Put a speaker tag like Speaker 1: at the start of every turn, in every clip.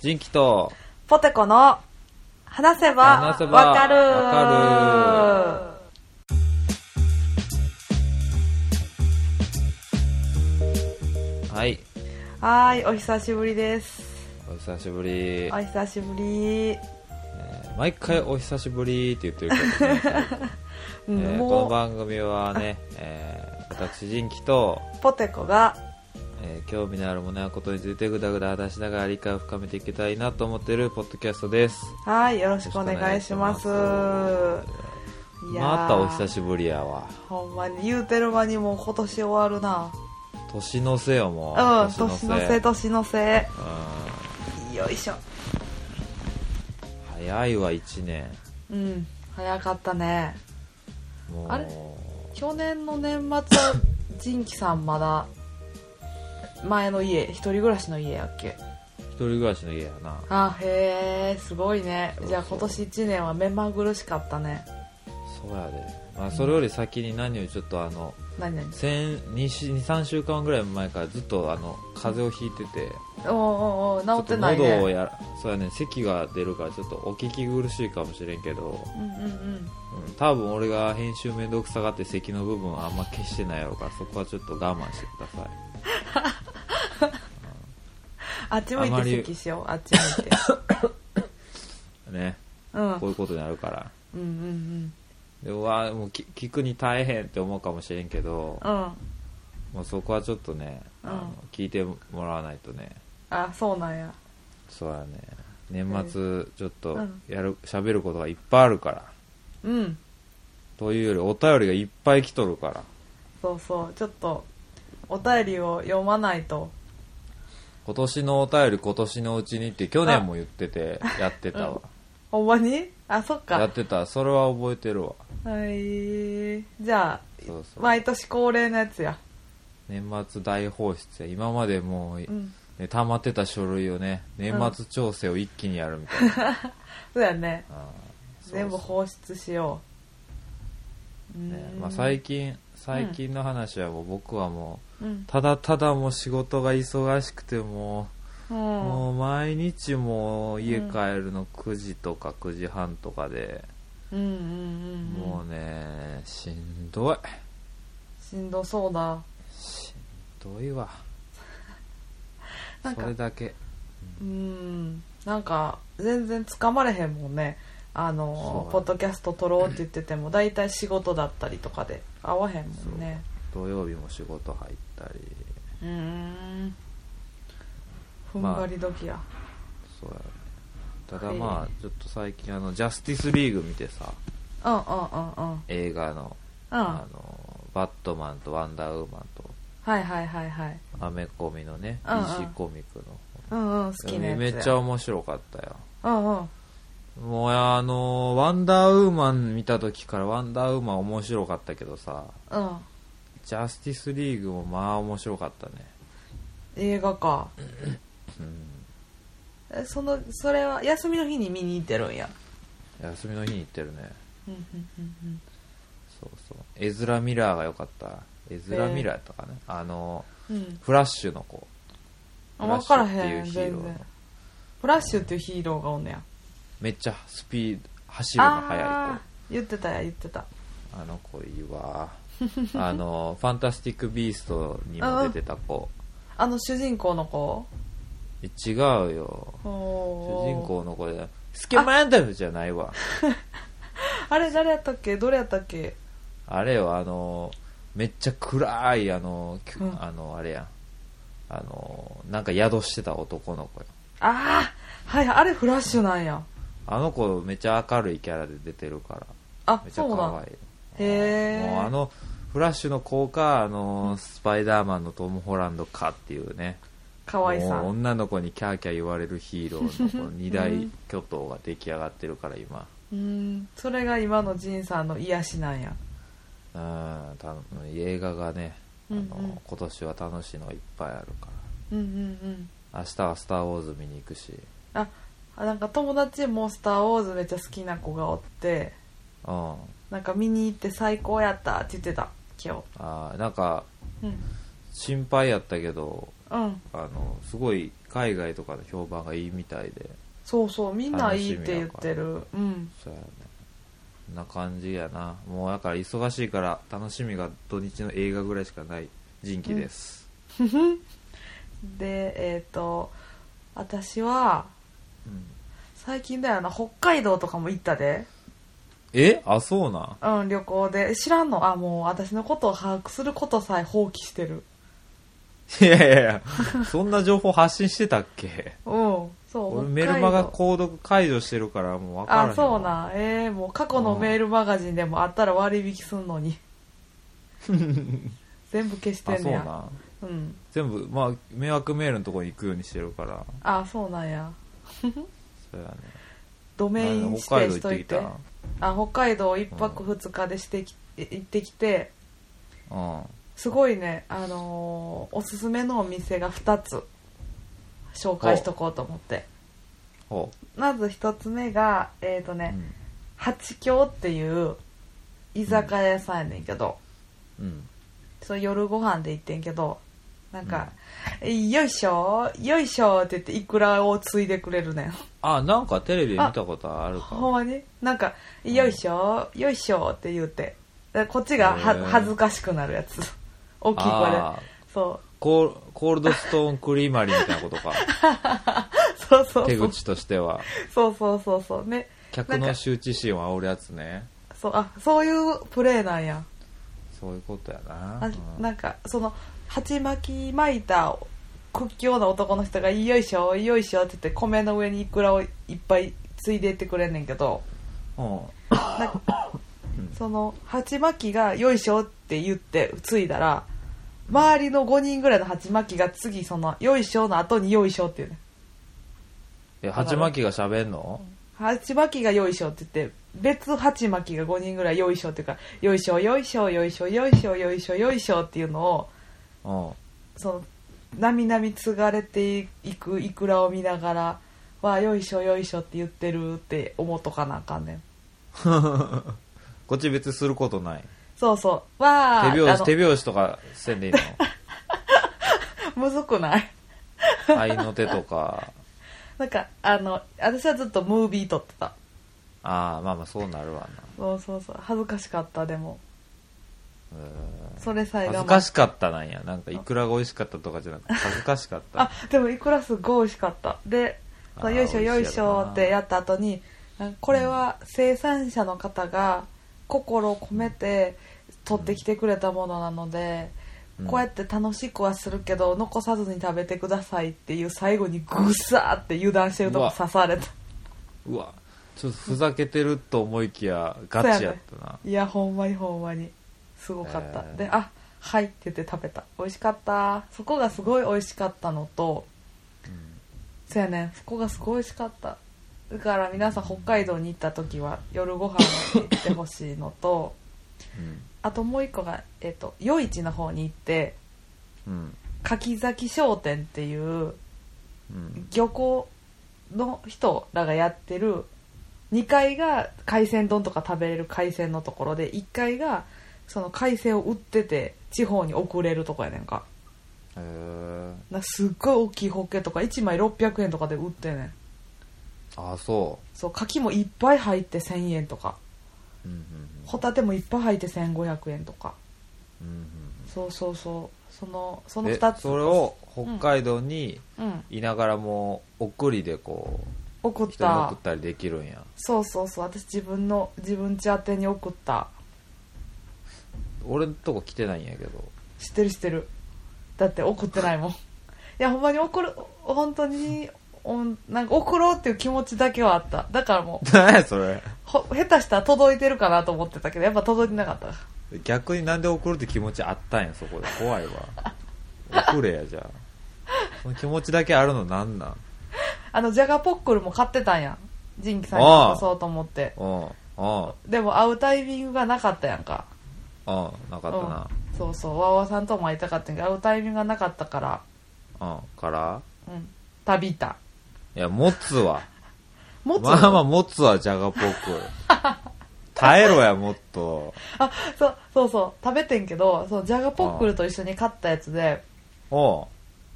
Speaker 1: 人気と、
Speaker 2: ポテコの話せば
Speaker 1: 話せば
Speaker 2: わかる
Speaker 1: わはい、
Speaker 2: はーいお久しぶりです
Speaker 1: お久しぶり
Speaker 2: お。久しぶり、
Speaker 1: 毎回お久しぶりって言ってるけどね、
Speaker 2: うん
Speaker 1: えーこの
Speaker 2: も
Speaker 1: 番組はね、えー私、人気と、
Speaker 2: うポテコが
Speaker 1: えー興味のあるものやことについてぐだぐだ話しながら理解を深めていきたいなと思っているポッドキャストです。
Speaker 2: はーいよろしくお願いします
Speaker 1: よろしくお願いします
Speaker 2: いやー
Speaker 1: またお久しぶりやわ。
Speaker 2: ほんまに言うてる間にもう今年終わるな
Speaker 1: 年の瀬よ、もう。
Speaker 2: うん年の
Speaker 1: う
Speaker 2: 瀬
Speaker 1: ん
Speaker 2: 年の瀬よいしょ
Speaker 1: 早いわ、1年。
Speaker 2: うん早かったね
Speaker 1: もう
Speaker 2: あれ去年の年末は仁キさんまだ前の家一人暮らしの家やっけ
Speaker 1: 一人暮らしの家やな。
Speaker 2: あへえすごいね
Speaker 1: そうそう
Speaker 2: じゃあ今年1年は目まぐるしかったね
Speaker 1: そうやで、まあ、それより先に何よりちょっとあの
Speaker 2: 何何
Speaker 1: 23週間ぐらい前からずっとあの風邪をひいてて
Speaker 2: おうおうおう
Speaker 1: ちょ
Speaker 2: 治
Speaker 1: と
Speaker 2: ってないね
Speaker 1: 喉をやらそうやね咳が出るからちょっとお聞き苦しいかもしれんけど、
Speaker 2: うんうんうん
Speaker 1: うん、多分俺が編集面倒くさがって咳の部分はあんま消してないやろうからそこはちょっと我慢してください
Speaker 2: あっち向い
Speaker 1: あま
Speaker 2: て
Speaker 1: り
Speaker 2: 席しようあっち 向いて
Speaker 1: ね
Speaker 2: うん
Speaker 1: こういうことになるから
Speaker 2: うんうん
Speaker 1: でうわもうき聞くに大変って思うかもしれんけど
Speaker 2: う、んうん
Speaker 1: もうそこはちょっとねあの、
Speaker 2: うん
Speaker 1: 聞いてもらわないとね
Speaker 2: あそうなんや
Speaker 1: そうやね年末ちょっと
Speaker 2: うん
Speaker 1: やる喋、ることがいっぱいあるから
Speaker 2: うん
Speaker 1: というよりお便りがいっぱい来とるから
Speaker 2: そうそうちょっとお便りを読まないと
Speaker 1: 今年のお便り今年のうちにって去年も言っててやってたわ、
Speaker 2: ほんまにあそっ
Speaker 1: や
Speaker 2: か
Speaker 1: ってたそれは覚えてるわ
Speaker 2: はいじゃ
Speaker 1: そうそ
Speaker 2: あ
Speaker 1: う、
Speaker 2: 毎年恒例のやつや
Speaker 1: 年末大放出や今までもう、
Speaker 2: うん
Speaker 1: ね、溜まってた書類をね年末調整を一気にやるみたいな、
Speaker 2: そうやね
Speaker 1: あーそう
Speaker 2: 全部
Speaker 1: そう
Speaker 2: 放出しようう
Speaker 1: ね
Speaker 2: ーん
Speaker 1: まあ、最近最近の話はもう僕はも
Speaker 2: うん
Speaker 1: うただただもう仕事が忙しくてもう
Speaker 2: うん
Speaker 1: もう毎日もう家帰るの9時とか9時半とかで、
Speaker 2: うんうんうん
Speaker 1: もうねしんどい
Speaker 2: しんどそうだ
Speaker 1: しんどいわ
Speaker 2: なん
Speaker 1: そ
Speaker 2: か
Speaker 1: れだけ
Speaker 2: うんなんか全然つかまれへんもんねあ
Speaker 1: そうや
Speaker 2: の
Speaker 1: ね
Speaker 2: ポッドキャスト撮ろうって言ってて も大体仕事だったりとかで合わへんもんね
Speaker 1: 土曜日も仕事入ったり
Speaker 2: うーんふんばり時や、
Speaker 1: そうやねただ
Speaker 2: はい
Speaker 1: まあちょっと最近あのジャスティスリーグ見てさ
Speaker 2: うんうんうんうん
Speaker 1: 映画の,、
Speaker 2: うん
Speaker 1: あのバットマンとワンダーウーマン
Speaker 2: はいはいはいはい
Speaker 1: とアメコミのね
Speaker 2: うんうん
Speaker 1: DC コミックの
Speaker 2: うんうん好きなやつ
Speaker 1: めっちゃ面白かったよ
Speaker 2: うんうん
Speaker 1: もうあのワンダーウーマン見た時からワンダーウーマン面白かったけどさ
Speaker 2: うん
Speaker 1: ジャスティスリーグもまあ面白かったね
Speaker 2: 映画か
Speaker 1: うん
Speaker 2: えそのそれは休みの日に見に行ってるんや
Speaker 1: 休みの日に行ってるね
Speaker 2: うんうんうんうん
Speaker 1: そうそうエズラ・ミラーが良かったエズラ・ミラーやったかね、あの
Speaker 2: うん
Speaker 1: フラッシュの子
Speaker 2: あ
Speaker 1: フラッ
Speaker 2: 分
Speaker 1: シュ
Speaker 2: からへ
Speaker 1: っ
Speaker 2: ん
Speaker 1: ていう
Speaker 2: 全
Speaker 1: ヒーロ
Speaker 2: 然
Speaker 1: ーの
Speaker 2: フラッシュっていうヒーローがおんねや
Speaker 1: めっちゃスピード走るの速い子
Speaker 2: ああー言ってたや言ってた
Speaker 1: あの子いいわあのファンタスティック・ビーストにも出てた子
Speaker 2: あの主人公の子
Speaker 1: 違うよ
Speaker 2: 主
Speaker 1: 主人
Speaker 2: 人
Speaker 1: 公の子でスケマンダルじゃないわ
Speaker 2: あれ誰やったっけどれやったっけ
Speaker 1: あれよ、あの、めっちゃ暗い、あの、きゅ
Speaker 2: うん
Speaker 1: あの、あれやん。あの、なんか宿してた男の子よ。
Speaker 2: ああはいあれフラッシュなんや
Speaker 1: あの子めっちゃ明るいキャラで出てるから。
Speaker 2: あ
Speaker 1: めっちゃ
Speaker 2: そうなん
Speaker 1: 可愛い。
Speaker 2: へえ
Speaker 1: もうあの、フラッシュの子か、あの、スパイダーマンのトム・ホランドかっていうね。
Speaker 2: 可愛さ
Speaker 1: もうん女の子にキャーキャー言われるヒーローのこの二
Speaker 2: う
Speaker 1: 大
Speaker 2: ん
Speaker 1: 巨頭が出来上がってるから今。
Speaker 2: うんそれが今のジンさんの癒しなんや
Speaker 1: うん、た映画がね、あの、
Speaker 2: うんうん
Speaker 1: 今年は楽しいのがいっぱいあるから。
Speaker 2: うんうんうん
Speaker 1: 明日は「スター・ウォーズ」見に行くし、
Speaker 2: ああなんか友達も「スター・ウォーズ」めっちゃ好きな子がおって
Speaker 1: うん、あ
Speaker 2: なんか見に行って最高やったって言ってた今
Speaker 1: ーなんか
Speaker 2: 日うん
Speaker 1: 心配やったけど
Speaker 2: うん
Speaker 1: あのすごい海外とかの評判がいいみたいで
Speaker 2: そうそうみんないいって言ってるうん
Speaker 1: そうやねそんな感じやなもうだから忙しいから楽しみが土日の映画ぐらいしかない人気です、
Speaker 2: でえっ、と私は
Speaker 1: うん
Speaker 2: 最近だよな北海道とかも行ったで
Speaker 1: えあそうなん
Speaker 2: うん旅行で知らんのあもう私のことを把握することさえ放棄してる
Speaker 1: いやいやいやそんな情報発信してたっけ
Speaker 2: うんそう
Speaker 1: 俺
Speaker 2: 北海道
Speaker 1: メルマガ購読解除してるからもう分からへん
Speaker 2: あそうなんえー、もう過去のメールマガジンでもあったら割引すん のに全部消して
Speaker 1: あ
Speaker 2: ん
Speaker 1: そ
Speaker 2: ね
Speaker 1: う
Speaker 2: や
Speaker 1: なん
Speaker 2: うん
Speaker 1: 全部まあ迷惑メールのとこに行くようにしてるから
Speaker 2: あそうなんや
Speaker 1: そうやね
Speaker 2: ドメイン
Speaker 1: なん
Speaker 2: 指
Speaker 1: で北海道
Speaker 2: 定し
Speaker 1: 行っ
Speaker 2: と
Speaker 1: て
Speaker 2: い
Speaker 1: き
Speaker 2: て
Speaker 1: た
Speaker 2: あ北海道1泊2日でしてき、行ってきて
Speaker 1: うんうん
Speaker 2: すごいねあのーおすすめのお店が2つ紹介しとこうと思って
Speaker 1: ほう
Speaker 2: まず1つ目がえっ、ー、と
Speaker 1: う
Speaker 2: ね、
Speaker 1: ん
Speaker 2: 八京っていう居酒屋さんやねんけど、
Speaker 1: うん
Speaker 2: そう夜ご飯で行ってんけどなんか、よいしょよいしょって言っていくらをついでくれるねん
Speaker 1: あなんかテレビで見たことあるか
Speaker 2: ほん
Speaker 1: も
Speaker 2: まになんか「よいしょよいしょ」って言うてでこっちがは
Speaker 1: へー
Speaker 2: 恥ずかしくなるやつ大きい声で
Speaker 1: あー
Speaker 2: そ
Speaker 1: コーコールドストーンクリーマリーみたいなこと か
Speaker 2: う そうそう
Speaker 1: 手
Speaker 2: そう
Speaker 1: 口としては
Speaker 2: そうそうそうそうね
Speaker 1: 客の羞恥心を煽るやつね
Speaker 2: そうあそういうプレーなんや
Speaker 1: そういうことやな
Speaker 2: あ
Speaker 1: うん
Speaker 2: なんかその鉢巻き巻いた屈強な男の人が「よいしょよいしょ」って言って米の上にいくらをいっぱいついでいってくれんねんけど
Speaker 1: うん
Speaker 2: なんかその鉢巻きが「よいしょ」って言ってついだら周りの5人ぐらいの鉢巻きが次その「よいしょ」の後に「よいしょ」って言うねん
Speaker 1: え鉢巻きが喋んの
Speaker 2: 鉢巻きが「よいしょ」って言って別鉢巻きが5人ぐらい「よいしょ」っていうから「よいしょよいしょよいしょよいしょよいしょよいしょ」っていうのを
Speaker 1: うん
Speaker 2: そのなみなみ継がれていくいくらを見ながら「わあよいしょよいしょ」って言ってるって思っとかなあかんねん
Speaker 1: こっち別にすることない
Speaker 2: そうそうわあ
Speaker 1: 手拍
Speaker 2: あ
Speaker 1: 子
Speaker 2: の
Speaker 1: 手拍子とかせんでいいの
Speaker 2: むずくない
Speaker 1: 愛の手とか
Speaker 2: なんかあの私はずっとムービー撮ってた
Speaker 1: ああまあまあそうなるわ
Speaker 2: そうそうそう恥ずかしかったでも
Speaker 1: なうん
Speaker 2: それさえ
Speaker 1: 恥
Speaker 2: が
Speaker 1: ずかしかったなんやなんかいくらが美味しかったとかじゃなくて恥ずかしかった
Speaker 2: あでもいくらすごい美味しかったで
Speaker 1: あー
Speaker 2: そうよいしょ
Speaker 1: 美味しいや
Speaker 2: よ
Speaker 1: ろ
Speaker 2: いしょってやった後になんかこれは生産者の方が心を込めて取ってきてくれたものなので、
Speaker 1: うん
Speaker 2: こうやって楽しくはするけど残さずに食べてくださいっていう最後にぐさーって油断してるとこ刺された
Speaker 1: うわちょっとふざけてると思いきやガチやったな、
Speaker 2: いやほんまにほんまにすごかった、
Speaker 1: へー
Speaker 2: で「あはい」って言って食べた美味しかったそこがすごい美味しかったのとそやねんそこがすごい美味しかっただから皆さん北海道に行った時は夜ご飯に行ってほしいのと
Speaker 1: うん
Speaker 2: あともう一個が、えっと夜市の方に行って
Speaker 1: うん
Speaker 2: 柿崎商店っていう
Speaker 1: うん
Speaker 2: 漁港の人らがやってる2階が海鮮丼とか食べれる海鮮のところで1階がその海鮮を売ってて地方に送れるとこやねんか
Speaker 1: へえ
Speaker 2: なすっごい大きいホッケとか1枚600円とかで売ってんねん
Speaker 1: ああそ
Speaker 2: そう牡蠣もいっぱい入って1000円とか
Speaker 1: ううん
Speaker 2: ホタテもいっぱい入って1500円とか
Speaker 1: うんうん
Speaker 2: そうそうそうそのそ
Speaker 1: うん
Speaker 2: の
Speaker 1: で
Speaker 2: 2つ
Speaker 1: それを北海道に
Speaker 2: うん
Speaker 1: いながらも送りでこ
Speaker 2: 送
Speaker 1: う
Speaker 2: っ
Speaker 1: 人に送
Speaker 2: た
Speaker 1: ったりできるんや
Speaker 2: そうそうそう私自分の自分家宛てに送った
Speaker 1: 俺んとこ来てないんやけど
Speaker 2: 知ってる知ってるだって送ってないもんいやほんまに送る本当におんなんか送ろうっていう気持ちだけはあっただからもう
Speaker 1: 何やそれ
Speaker 2: ほ下手したら届いてるかなと思ってたけどやっぱ届いてなかった
Speaker 1: 逆になんで送るって気持ちあったんやそこで怖いわ 送れやじゃあその気持ちだけあるのなんなん
Speaker 2: あのジャガポックルも買ってたんやんジンキさんに渡そうと思って
Speaker 1: うんうんうん
Speaker 2: でも会うタイミングがなかったやんか
Speaker 1: なかったな
Speaker 2: うん、そうそうわわさんとも会いたかったんやけど会うタイミングがなかったから
Speaker 1: うん、から
Speaker 2: うん旅行った
Speaker 1: いや持つわ
Speaker 2: もつ、
Speaker 1: まあまあ持つわじゃがポック 耐えろやもっと
Speaker 2: そうそうそう食べてんけどそのジャガポックルと一緒に買ったやつで
Speaker 1: おう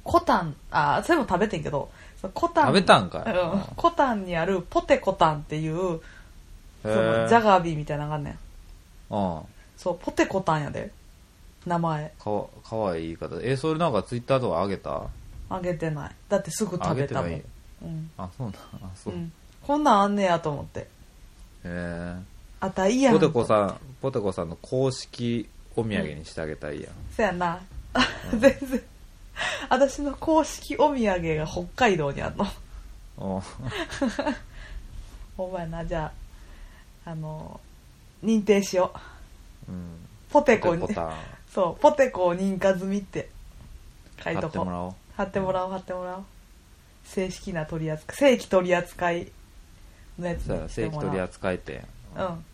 Speaker 2: コタンあそれも食べてんけどそのコタン
Speaker 1: 食べたんかい
Speaker 2: うん、コタンにあるポテコタンっていうそのジャガービーみたいなのがあんねん
Speaker 1: うん
Speaker 2: そうポテコタンやで名前
Speaker 1: かわかわいい言い方えそれなんかツイッターとか上げた
Speaker 2: あげてないだってすぐ食
Speaker 1: 上
Speaker 2: べ
Speaker 1: げて
Speaker 2: たも
Speaker 1: なんい
Speaker 2: うん
Speaker 1: あそうなんあそう、
Speaker 2: うんこんなんあんねやと思って
Speaker 1: へ
Speaker 2: あったらいい
Speaker 1: え
Speaker 2: やん
Speaker 1: ポテコさんポテコさんの公式お土産にしてあげたらいいやん、
Speaker 2: そやな 全然私の公式お土産が北海道にあるの
Speaker 1: う ん、
Speaker 2: ほんまやなじゃああの認定しよう
Speaker 1: うん
Speaker 2: ポテコ
Speaker 1: ポテ
Speaker 2: に
Speaker 1: コタン
Speaker 2: そうポテコ認可済みって書い
Speaker 1: 買
Speaker 2: と
Speaker 1: って
Speaker 2: こ
Speaker 1: もらおう
Speaker 2: 貼ってもらおう貼ってもらおう正式な取り扱い正規取り扱いのやつ
Speaker 1: そうやな
Speaker 2: にして
Speaker 1: 正規
Speaker 2: も
Speaker 1: 取り
Speaker 2: ら
Speaker 1: 扱い店、
Speaker 2: おううん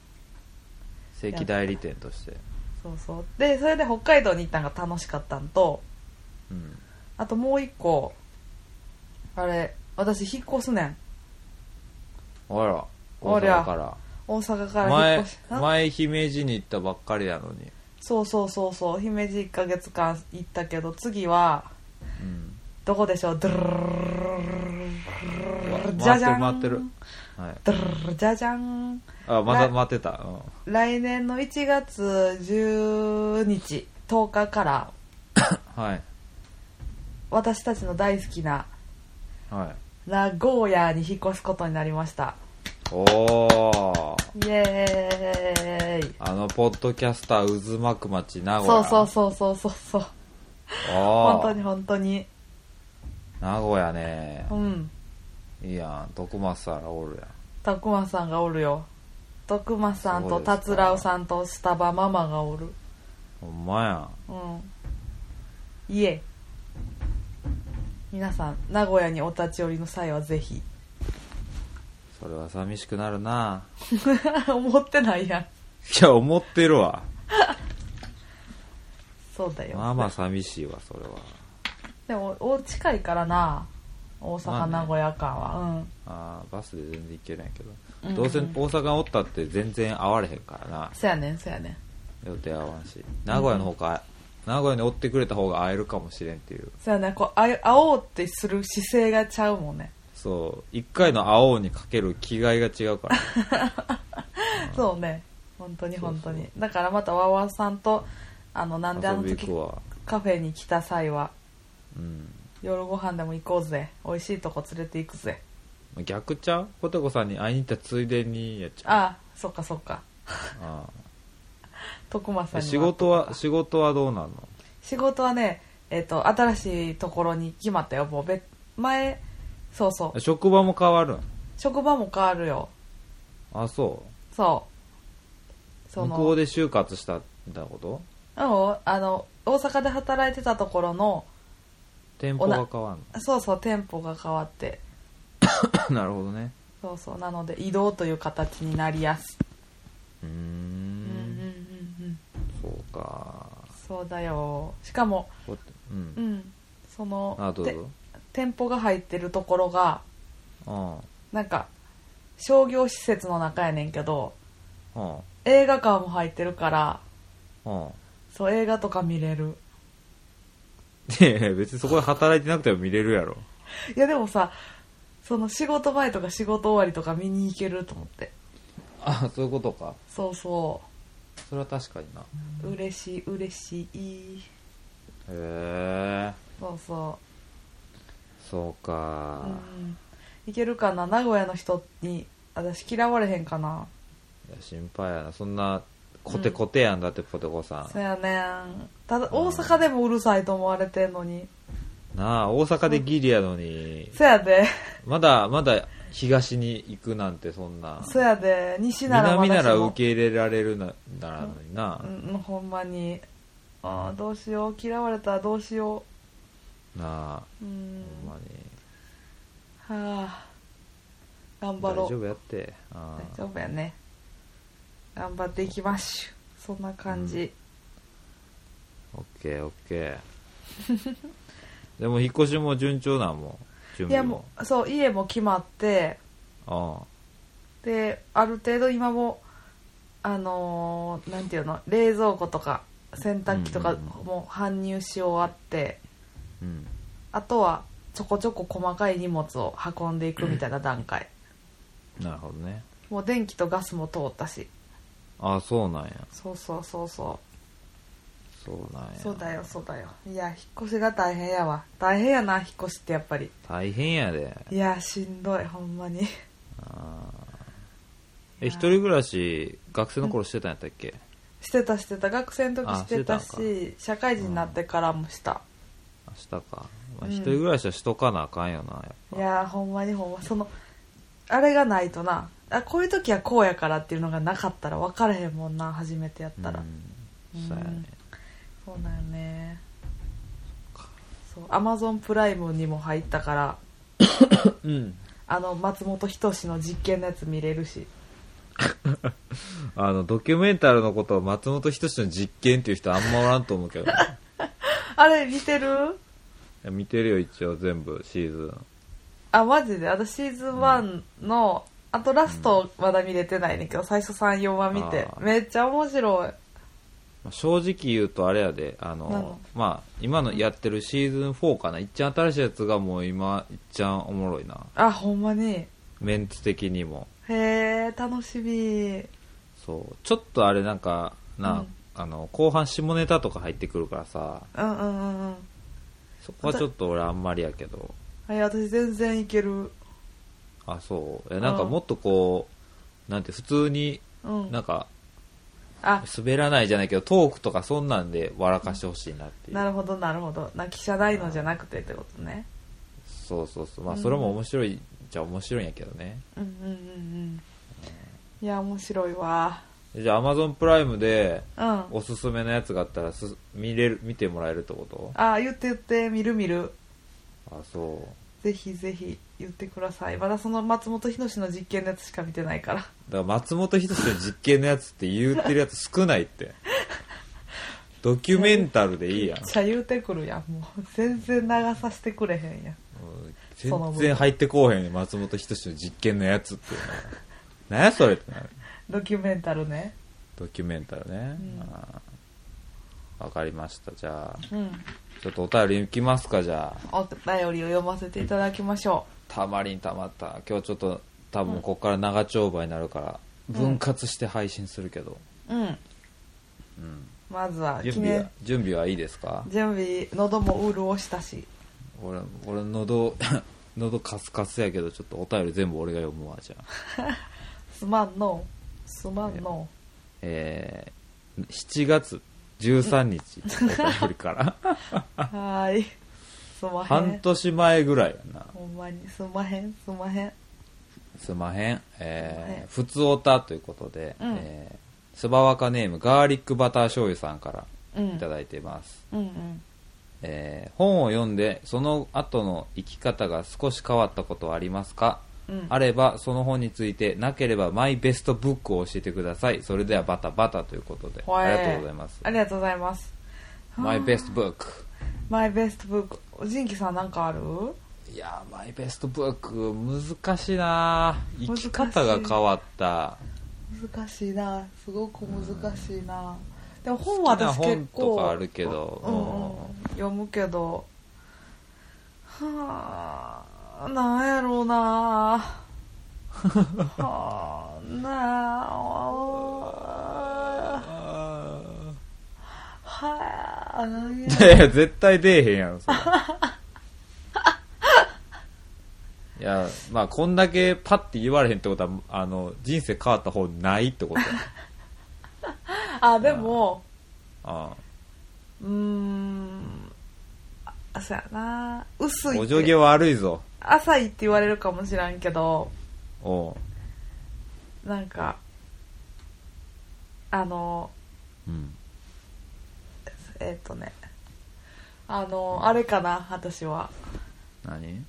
Speaker 1: 正規代理店として
Speaker 2: そうそうでそれで北海道に行ったんが楽しかったんと
Speaker 1: うん
Speaker 2: あともう一個あれ私引っ越すねん
Speaker 1: あら大
Speaker 2: ありゃ
Speaker 1: 阪から
Speaker 2: 大阪から引っ
Speaker 1: 前
Speaker 2: 越しあ
Speaker 1: 前姫路に行ったばっかりやのに、
Speaker 2: そうそうそうそう姫路1ヶ月間行ったけど次は
Speaker 1: うん、
Speaker 2: どこでしょうドゥルルルルルルルルじゃじゃん
Speaker 1: 回ってる回ってる、
Speaker 2: ドゥルルルルじゃじゃん
Speaker 1: はい、あまだ
Speaker 2: な
Speaker 1: 待ってた、うん、
Speaker 2: 来年の1月10日10日から
Speaker 1: はい
Speaker 2: 私たちの大好きな
Speaker 1: はい
Speaker 2: 名古屋に引っ越すことになりました
Speaker 1: おお
Speaker 2: イエーイ
Speaker 1: あのポッドキャスター渦巻く町名古
Speaker 2: そ
Speaker 1: 屋
Speaker 2: うそうそうそうそうそう
Speaker 1: あ
Speaker 2: 本当に
Speaker 1: ー
Speaker 2: 本当に
Speaker 1: 名古屋ね
Speaker 2: うん
Speaker 1: いいやん徳松さんらおるやん
Speaker 2: 徳間さんがおるよ徳間さん
Speaker 1: そ
Speaker 2: と
Speaker 1: うですか
Speaker 2: 達郎さんとスタバママがおる
Speaker 1: ほんまやん
Speaker 2: うんいえ皆さん名古屋にお立ち寄りの際はぜひ
Speaker 1: それは寂しくなるな
Speaker 2: 思ってないやん
Speaker 1: いや思ってるわ
Speaker 2: そうだよ
Speaker 1: まあまあ寂しいわそれは
Speaker 2: でもお近いからな大阪、
Speaker 1: まあね
Speaker 2: 名古屋間は
Speaker 1: あーバスで全然行けるんやけど、
Speaker 2: うんうん
Speaker 1: どうせ大阪おったって全然会われへんからな
Speaker 2: うんそやねんそやねん
Speaker 1: 予定合わんし名古屋の方か、名古屋におってくれた方が会えるかもしれんっていう
Speaker 2: そやねんこうあい会おうってする姿勢がちゃうもんね
Speaker 1: そう一回の会おうにかける気概が違うから
Speaker 2: そうね本当に
Speaker 1: そうそう
Speaker 2: 本当にだからまたわわさんとあのなんであの
Speaker 1: 遊び
Speaker 2: 時
Speaker 1: 行くわ
Speaker 2: カフェに来た際は
Speaker 1: うん
Speaker 2: 夜ご飯でも行こうぜ美味しいとこ連れて行くぜ
Speaker 1: 逆ちゃうポテコさんに会いに行ったついでにやっちゃう
Speaker 2: ああそっかそっか
Speaker 1: あ
Speaker 2: 徳間さんには
Speaker 1: 仕事は仕事はどうなの
Speaker 2: 仕事はねえっ、と新しいところに決まったよもう別前そうそう
Speaker 1: 職場も変わるん
Speaker 2: 職場も変わるよ
Speaker 1: あそ
Speaker 2: そう
Speaker 1: 向
Speaker 2: その
Speaker 1: こうで就活したみたいなこと
Speaker 2: うんあの大阪で働いてたところの
Speaker 1: 店舗が変わ
Speaker 2: そうそう店舗が変わって
Speaker 1: るの なるほどね
Speaker 2: そうそうなので移動という形になりやす
Speaker 1: うー
Speaker 2: いうんうん
Speaker 1: ん
Speaker 2: うんうん
Speaker 1: そうか
Speaker 2: そうだよしかも
Speaker 1: ポテう
Speaker 2: うんんその
Speaker 1: あどう
Speaker 2: て
Speaker 1: ぞ
Speaker 2: 店舗が入ってるところが
Speaker 1: うん
Speaker 2: なんか商業施設の中やねんけど
Speaker 1: うん
Speaker 2: 映画館も入ってるから
Speaker 1: うん
Speaker 2: そう映画とか見れる
Speaker 1: いやいや別にそこで働いてなくても見れるやろ
Speaker 2: いやでもさその仕事前とか仕事終わりとか見に行けると思って
Speaker 1: あそういうことか
Speaker 2: そうそ
Speaker 1: それは確かになへ
Speaker 2: う嬉しい嬉しい
Speaker 1: え
Speaker 2: そうそ
Speaker 1: そう
Speaker 2: う、
Speaker 1: か
Speaker 2: う、ん、いけるかな名古屋の人に私嫌われへんかない
Speaker 1: や心配やなそんなコテコテやんだって、ポテコさん
Speaker 2: そやねんただ大阪でもうるさいと思われてんのに
Speaker 1: なあ大阪でギリやのに
Speaker 2: そやで
Speaker 1: まだまだ東に行くなんてそんな
Speaker 2: そやで西ならま
Speaker 1: 南
Speaker 2: だ
Speaker 1: な
Speaker 2: しも
Speaker 1: ら受け入れられるなならのにな、
Speaker 2: うんほんまにあーどうしよう嫌われたらどうしよ
Speaker 1: なあ
Speaker 2: ううん
Speaker 1: ほんまに
Speaker 2: はあ頑張
Speaker 1: 大
Speaker 2: ろ
Speaker 1: 丈
Speaker 2: う
Speaker 1: 夫やってあ
Speaker 2: 大
Speaker 1: あ
Speaker 2: 丈夫やね頑張っていきましょうそんな感じ、
Speaker 1: オッケーオッケーでも引っ越しも順調なんもう準
Speaker 2: いや
Speaker 1: 備
Speaker 2: も
Speaker 1: も
Speaker 2: うそう家も決まって
Speaker 1: ああ
Speaker 2: である程度今もあのーなんていうの冷蔵庫とか洗濯機とか
Speaker 1: うんうんうん
Speaker 2: も搬入し終わって、
Speaker 1: うん
Speaker 2: あとはちょこちょこ細かい荷物を運んでいくみたいな段階
Speaker 1: なるほどね
Speaker 2: もう電気とガスも通ったし
Speaker 1: あそうなんや
Speaker 2: そうそうそうそう
Speaker 1: そうなんや
Speaker 2: そうだよそうだよいや引っ越しが大変やわ大変やな引っ越しってやっぱり
Speaker 1: 大変やで
Speaker 2: いやしんどいほんまに
Speaker 1: あー
Speaker 2: い
Speaker 1: え
Speaker 2: や
Speaker 1: 一人暮らし学生の頃してたんやったっけ
Speaker 2: してたしてた学生の時してたし
Speaker 1: あして
Speaker 2: 社会人になってからもした、
Speaker 1: あしたか、ま
Speaker 2: う
Speaker 1: あ、
Speaker 2: ん
Speaker 1: 一人暮らしはしとかなあかんよなやっぱ
Speaker 2: いやーほんまにほんまそのあれがないとなあこういう時はこうやからっていうのがなかったら分からへんもんな初めてやったら、
Speaker 1: うんそうやね
Speaker 2: そうだよねそうアマゾンプライムにも入ったから
Speaker 1: うん
Speaker 2: あの松本人志の実験のやつ見れるし
Speaker 1: あのドキュメンタルのことを松本人志の実験っていう人あんまおらんと思うけどい
Speaker 2: あれ見てる
Speaker 1: や見てるよ一応全部シーズン
Speaker 2: あマジであとシーズン1の、あとラストまだ見れてないねんけど最初34話見て
Speaker 1: あー
Speaker 2: めっちゃ面白
Speaker 1: ま
Speaker 2: い
Speaker 1: あ正直言うとあれやであ
Speaker 2: な
Speaker 1: の
Speaker 2: の
Speaker 1: まあ今のやってるシーズン4かないっちゃん新しいやつがもう今いっちゃんおもろいな
Speaker 2: あほんまにへ
Speaker 1: メンツ的にも
Speaker 2: え楽しみ
Speaker 1: そうちょっとあれなんかな、
Speaker 2: うん
Speaker 1: あの後半下ネタとか入ってくるからさ
Speaker 2: うんうんうんうん
Speaker 1: そこはちょっと俺あんまりやけど
Speaker 2: はい私全然いける
Speaker 1: あそうえなんかもっとこうなんて普通に
Speaker 2: うん
Speaker 1: なんか
Speaker 2: あ
Speaker 1: 滑らないじゃないけどトークとかそんなんで笑かしてほしいなっていう
Speaker 2: なるほどなるほど泣きじゃないのじゃなくてってことね
Speaker 1: そうそうそうまあ
Speaker 2: うん
Speaker 1: それも面白いじゃ面白いんやけどね
Speaker 2: うんうんうんうんいや面白いわ
Speaker 1: じゃあ Amazon プライムで
Speaker 2: うん
Speaker 1: おすすめのやつがあったらす見れる見てもらえるってこと
Speaker 2: あ言って言って見る見る
Speaker 1: あそ
Speaker 2: ぜひぜひ言ってくださいまだその松本人志の実験のやつしか見てないから
Speaker 1: うだから松本人志の実験のやつって言ってるやつ少ないって ドキュメンタルでいいやん
Speaker 2: めっちゃ言うてくるやんもう全然流させてくれへんや
Speaker 1: う
Speaker 2: ん
Speaker 1: ん
Speaker 2: その
Speaker 1: 全
Speaker 2: 分
Speaker 1: 然入ってこうへん松本人志の実験のやつって何やそれってなる
Speaker 2: ドキュメンタルね
Speaker 1: ドキュメンタルね
Speaker 2: うん
Speaker 1: あーわかりましたじゃあ
Speaker 2: うん
Speaker 1: ちょっとお便り行きますかじゃあ
Speaker 2: お便りを読ませていただきましょ
Speaker 1: たまりにたまった今日ちょっと多分ここから長丁場になるから
Speaker 2: ん
Speaker 1: 分割して配信するけど、
Speaker 2: ううん
Speaker 1: うん
Speaker 2: まずは
Speaker 1: 準
Speaker 2: 記
Speaker 1: 備
Speaker 2: 念
Speaker 1: は準備はいいですか
Speaker 2: 準備喉も潤したし
Speaker 1: 俺俺喉 喉カスカスやけどちょっとお便り全部俺が読むわじゃあ
Speaker 2: すまんのうすまんの
Speaker 1: えー、7月13日お便り から
Speaker 2: うはーいすまへ
Speaker 1: 半
Speaker 2: ん
Speaker 1: 年前ぐらいやな
Speaker 2: ほんまにすまへんすまへん
Speaker 1: すんまへん、え
Speaker 2: は
Speaker 1: ー、
Speaker 2: い
Speaker 1: ふつおたということで、
Speaker 2: うん
Speaker 1: えー、スバワカネームガーリックバター醤油さんか
Speaker 2: う
Speaker 1: らい
Speaker 2: ん
Speaker 1: ただいています、
Speaker 2: うんうん
Speaker 1: えー本を読んでその後の生き方が少し変わったことはありますか、
Speaker 2: うん
Speaker 1: あればその本についてなければマイベストブックを教えてくださいそれではバタバタということで
Speaker 2: は
Speaker 1: ありがとうございます
Speaker 2: ありがとうございます
Speaker 1: マイベストブック
Speaker 2: マイベストブックおじんきさんなんかある
Speaker 1: いやーマイベストブック難しいなー生
Speaker 2: 難しい
Speaker 1: き方が変わった
Speaker 2: 難しいなすごく難しいなでも本
Speaker 1: 好
Speaker 2: は
Speaker 1: きな
Speaker 2: 私
Speaker 1: 本
Speaker 2: 結
Speaker 1: と
Speaker 2: 構
Speaker 1: かあるけど、
Speaker 2: うんうん、読むけどはあなんやろうな はあなあはあな んや
Speaker 1: いやいや絶対出えへんやろそれいやまあこんだけパッて言われへんってことはあの人生変わった本ないってことや
Speaker 2: あでも
Speaker 1: あ
Speaker 2: うーんあそうやな薄
Speaker 1: あ
Speaker 2: い
Speaker 1: お
Speaker 2: っ
Speaker 1: 上げ
Speaker 2: て
Speaker 1: 悪いぞ
Speaker 2: 浅いって言われるかもしらんけど
Speaker 1: おう、
Speaker 2: なんかあの
Speaker 1: うん、
Speaker 2: えっ、とねあのあれかな私は
Speaker 1: 何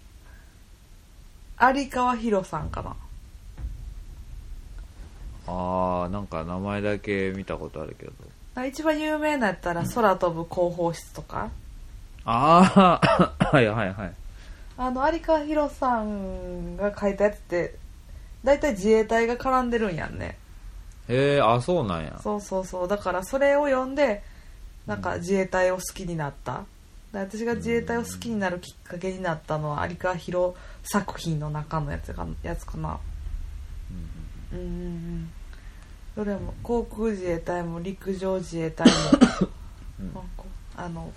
Speaker 2: 有川博さんかな
Speaker 1: ああなんか名前だけ見たことあるけど
Speaker 2: あ一番有名なやったら空飛ぶ広報室とか、
Speaker 1: ああ はいはいはい
Speaker 2: あの有川博さんが書いたやつって大体自衛隊が絡んでるんやんね
Speaker 1: へえあそうなんや
Speaker 2: そうそうそうだからそれを読んでなんか自衛隊を好きになったで私が自衛隊を好きになるきっかけになったのは有川博作品の中のやつがやつかな
Speaker 1: うん
Speaker 2: うんうんうんどれも航空自衛隊も陸上自衛隊
Speaker 1: うんうん
Speaker 2: もこあの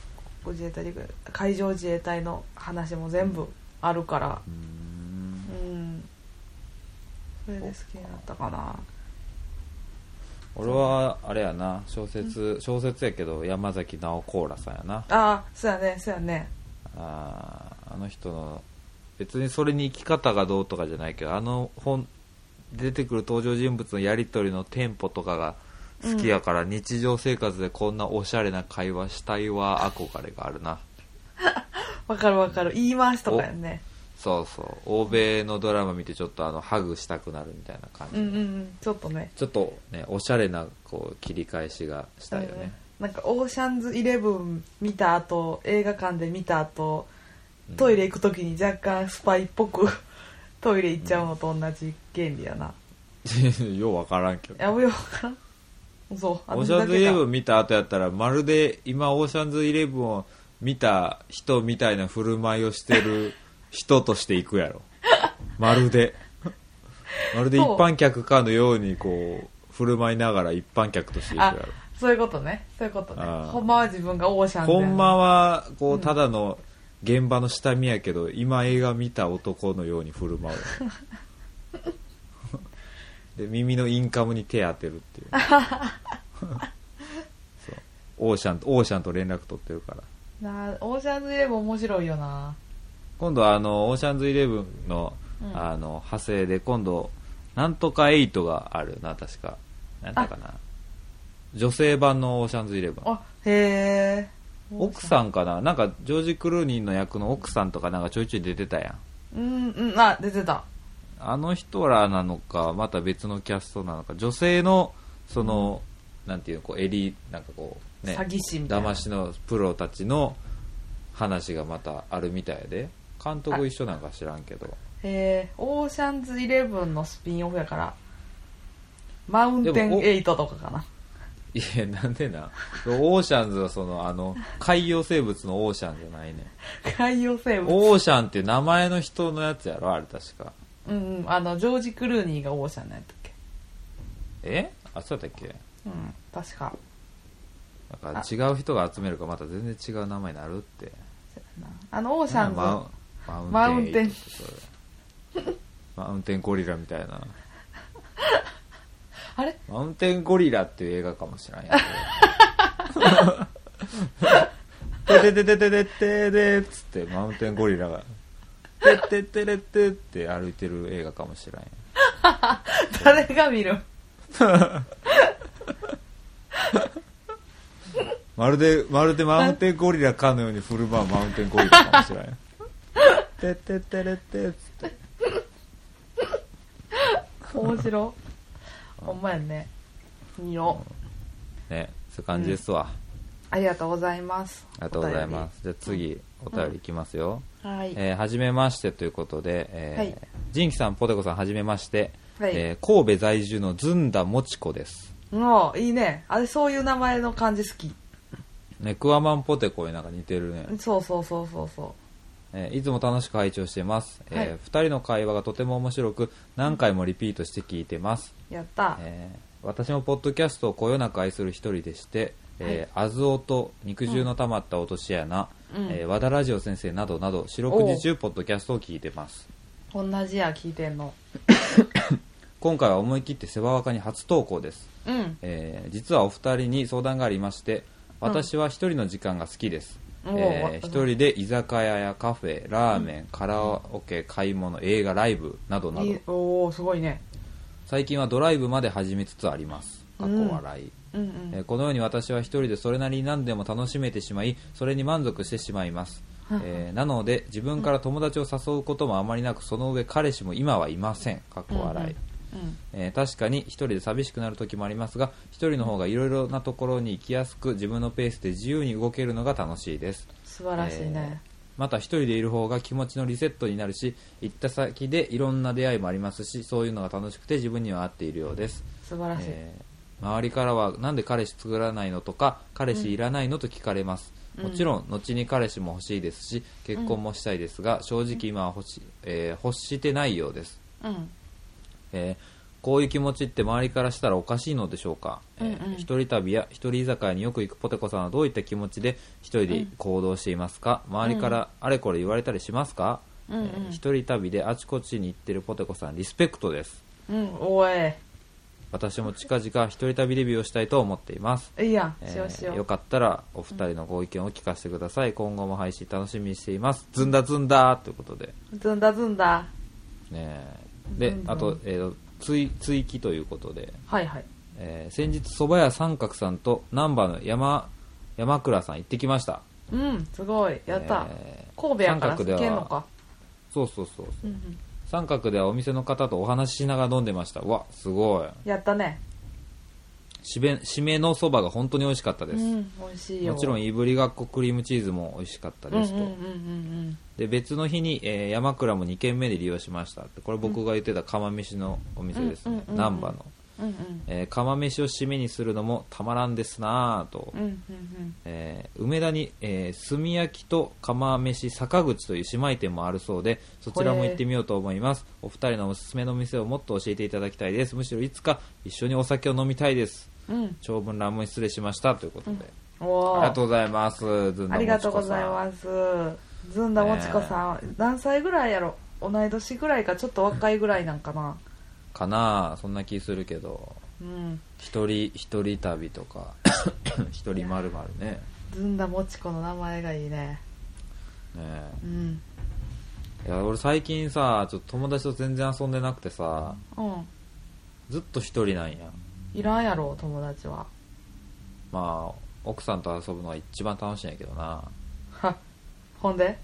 Speaker 2: 航空自衛隊陸海上自衛隊の話も全部あるから
Speaker 1: うーん
Speaker 2: うんそれで好きになったかな
Speaker 1: 俺はあれやな小説小説やけど山崎直子らさんやな
Speaker 2: ああそうやねそうやね
Speaker 1: あーあの人の別にそれに生き方がどうとかじゃないけどあの本出てくる登場人物のやり取りのテンポとかが好きやから、日常生活でこんなおしゃれな会話したいは憧れがあるな
Speaker 2: わかるわかる言い回しとかやね
Speaker 1: そうそう欧米のドラマ見てちょっとあのハグしたくなるみたいな感じ、
Speaker 2: うんうんうんちょっとね
Speaker 1: ちょっとねおしゃれなこう切り返しがしたいよね、
Speaker 2: うんなんかオーシャンズイレブン見た後映画館で見た後トイレ行く時に若干スパイっぽく トイレ行っちゃうのと同じ原理やな、
Speaker 1: よう分からんけど
Speaker 2: やぶよかなそう
Speaker 1: オーシャンズイレブ
Speaker 2: ン
Speaker 1: ン見た後やったらまるで今オーシャンズイレブンを見た人みたいな振る舞いをしてる人として行くやろ まるでまるで一般客かのようにこう振る舞いながら一般客として行
Speaker 2: あ
Speaker 1: くやろ
Speaker 2: そういうことねそういうことね
Speaker 1: あー
Speaker 2: ほんまは自分がオーシャンズや
Speaker 1: ほ
Speaker 2: なん
Speaker 1: まはこうただの現場の下見やけど今映画見た男のように振る舞 うよで耳のインカムに手当てるっていうそうオーシャンオーシャンと連絡取ってるから
Speaker 2: なあオーシャンズイレブン面白いよな
Speaker 1: 今度はあのオーシャンズイレブンの,、
Speaker 2: うん
Speaker 1: あの派生で今度なんとか8があるよな確かなんだかな女性版のオーシャンズイレブン
Speaker 2: あへえ
Speaker 1: 奥さんかななんかジョージ・クルーニーの役の奥さんとかなんかちょいちょい出てたやん
Speaker 2: うんうんあ出てた
Speaker 1: あの人らなのかまた別のキャストなのか女性のその、なんていうのこうエリなんかこうね
Speaker 2: 詐欺師みたいな
Speaker 1: 騙しのプロたちの話がまたあるみたいで監督一緒なんか知らんけど
Speaker 2: えー、オーシャンズイレブンのスピンオフやから、マウンテ
Speaker 1: で
Speaker 2: ン
Speaker 1: もお
Speaker 2: エイトとかかな。
Speaker 1: いやなんでなオーシャンズはそのあの海洋生物のオーシャンじゃないね
Speaker 2: 海洋生物。
Speaker 1: オーシャンって名前の人のやつやろあれ確か
Speaker 2: うんうん、あの、ジョージ・クルーニーがオーシャンなんやったっけ。
Speaker 1: えあそうだったっけ
Speaker 2: うん、確か。
Speaker 1: なんか違う人が集めるからまた全然違う名前になるって
Speaker 2: あの、オーシャンズ、
Speaker 1: マウ
Speaker 2: マウンテ
Speaker 1: マウン
Speaker 2: ン
Speaker 1: テンそうマウンテンゴリラみたいな
Speaker 2: あれ
Speaker 1: マウンテンゴリラっていう映画かもしれんやけどてててててててっつってマウンテンゴリラがてててててって歩いてる映画かもしれんや
Speaker 2: 誰が見る
Speaker 1: まるでまるでマウンテンゴリラかのように振る舞うマウンテンゴリラかもしれんやてててててっつって
Speaker 2: 面白。 ほんまやね。見よう。
Speaker 1: ねそういう感じですわ、
Speaker 2: ありがとうございます。
Speaker 1: ありがとうございますじゃあ次お便りいきますよ、
Speaker 2: お便り。はい。
Speaker 1: えーはじめましてということで、えー
Speaker 2: はい
Speaker 1: ジンキさん、ポテコさん、はじめまして、
Speaker 2: はい
Speaker 1: えー神戸在住のずんだもちこです。
Speaker 2: もう、いいね。あれ、そういう名前の感じ好き。
Speaker 1: ね、クワマンポテコになんか似てるね、
Speaker 2: そうそうそうそうそ
Speaker 1: えーいつも楽しく拝聴しています、え
Speaker 2: はい
Speaker 1: 2人の会話がとても面白く何回もリピートして聞いてます、
Speaker 2: う。やった。
Speaker 1: えー私もポッドキャストをこよなく愛する一人でして、えーあずおと肉汁のたまった落とし穴、
Speaker 2: うん
Speaker 1: えー和田ラジオ先生などなど四六時中ポッドキャストを聞いてます
Speaker 2: 同じや、聞いてんの。
Speaker 1: 今回は思い切って世話若に初投稿です
Speaker 2: うん。
Speaker 1: えー実はお二人に相談がありまして私は一人の時間が好きです、
Speaker 2: お
Speaker 1: え
Speaker 2: ー
Speaker 1: ー一人で居酒屋やカフェラーメン、カラオケ買い物映画ライブなどないど
Speaker 2: いおー、すごいね。
Speaker 1: 最近はドライブまで始めつつあります過去
Speaker 2: うん
Speaker 1: 笑い、
Speaker 2: うんうん。
Speaker 1: えーこのように私は一人でそれなりに何でも楽しめてしまいそれに満足してしまいます、えーなので自分から友達を誘うこともあまりなくその上彼氏も今はいません過去笑い、
Speaker 2: うん
Speaker 1: えー確かに一人で寂しくなる時もありますが一人の方がいろいろなところに行きやすく自分のペースで自由に動けるのが楽しいです
Speaker 2: 素晴らしいね、
Speaker 1: また一人でいる方が気持ちのリセットになるし行った先でいろんな出会いもありますしそういうのが楽しくて自分には合っているようです、
Speaker 2: 素晴らしい、
Speaker 1: えー周りからはなんで彼氏作らないのとか彼氏いらないのと聞かれます、もちろん後に彼氏も欲しいですし結婚もしたいですが、正直今は欲し,、えー欲してないようです、
Speaker 2: うん
Speaker 1: えーこういう気持ちって周りからしたらおかしいのでしょうか、えー
Speaker 2: うんうん
Speaker 1: 一人旅や一人居酒屋によく行くポテコさんはどういった気持ちで一人で行動していますか、周りからあれこれ言われたりしますか、
Speaker 2: うんうん
Speaker 1: えー一人旅であちこちに行ってるポテコさんリスペクトです
Speaker 2: うんおい
Speaker 1: 私も近々一人旅レビューをしたいと思っています
Speaker 2: いいやん
Speaker 1: えー
Speaker 2: しようしよう、
Speaker 1: よかったらお二人のご意見を聞かせてください、今後も配信楽しみにしていますずんだずんだということで、ね
Speaker 2: ずんだずんだ
Speaker 1: え、で
Speaker 2: ずんだ
Speaker 1: あと、えー、追追記ということで、
Speaker 2: はいはい
Speaker 1: えー先日蕎麦屋三角さんと難波の山山倉さん行ってきました
Speaker 2: うんすごいやった、
Speaker 1: えー
Speaker 2: 神戸やから
Speaker 1: 三角
Speaker 2: 好
Speaker 1: では
Speaker 2: けんのか
Speaker 1: そうそうそう
Speaker 2: うんうん
Speaker 1: 三角ではお店の方とお話ししながら飲んでましたうわすごい
Speaker 2: やったね
Speaker 1: しべ締めのそばが本当に美味しかった
Speaker 2: う
Speaker 1: です、
Speaker 2: ん美味しいよ
Speaker 1: もちろんいぶりがっこクリームチーズも美味しかった
Speaker 2: うんう
Speaker 1: で
Speaker 2: ん
Speaker 1: すと、
Speaker 2: うんうん
Speaker 1: で別の日に、えー山倉も2軒目で利用しましたってこれ僕が言ってた釜飯のお店ですね
Speaker 2: うんうんうんうん
Speaker 1: 難波の、
Speaker 2: うんうんうん
Speaker 1: えー釜飯を締めにするのもたまらんですなぁと、
Speaker 2: うんうん
Speaker 1: えー梅田に、えー炭焼きと釜飯坂口という姉妹店もあるそうでそちらも行ってみようと思いますお二人のおすすめの店をもっと教えていただきたいですむしろいつか一緒にお酒を飲みたいです
Speaker 2: うんうん
Speaker 1: 長文乱文失礼しましたということで、
Speaker 2: おー
Speaker 1: ありがとうございますずんだもちこさん
Speaker 2: ありがとうございますずんだもちこさん、何歳ぐらいやろ同い年ぐらいかちょっと若いぐらいなんかな
Speaker 1: かなぁそんな気するけど
Speaker 2: うん
Speaker 1: 一人一人旅と か一人まるまるねね
Speaker 2: ずんだもちこの名前がいいね
Speaker 1: え
Speaker 2: うん
Speaker 1: いや俺最近さちょっと友達と全然遊んでなくてさ
Speaker 2: うん
Speaker 1: ずっと一人なんや
Speaker 2: いらんやろ友達は
Speaker 1: まあ奥さんと遊ぶのが一番楽しいんやけどな
Speaker 2: はほんで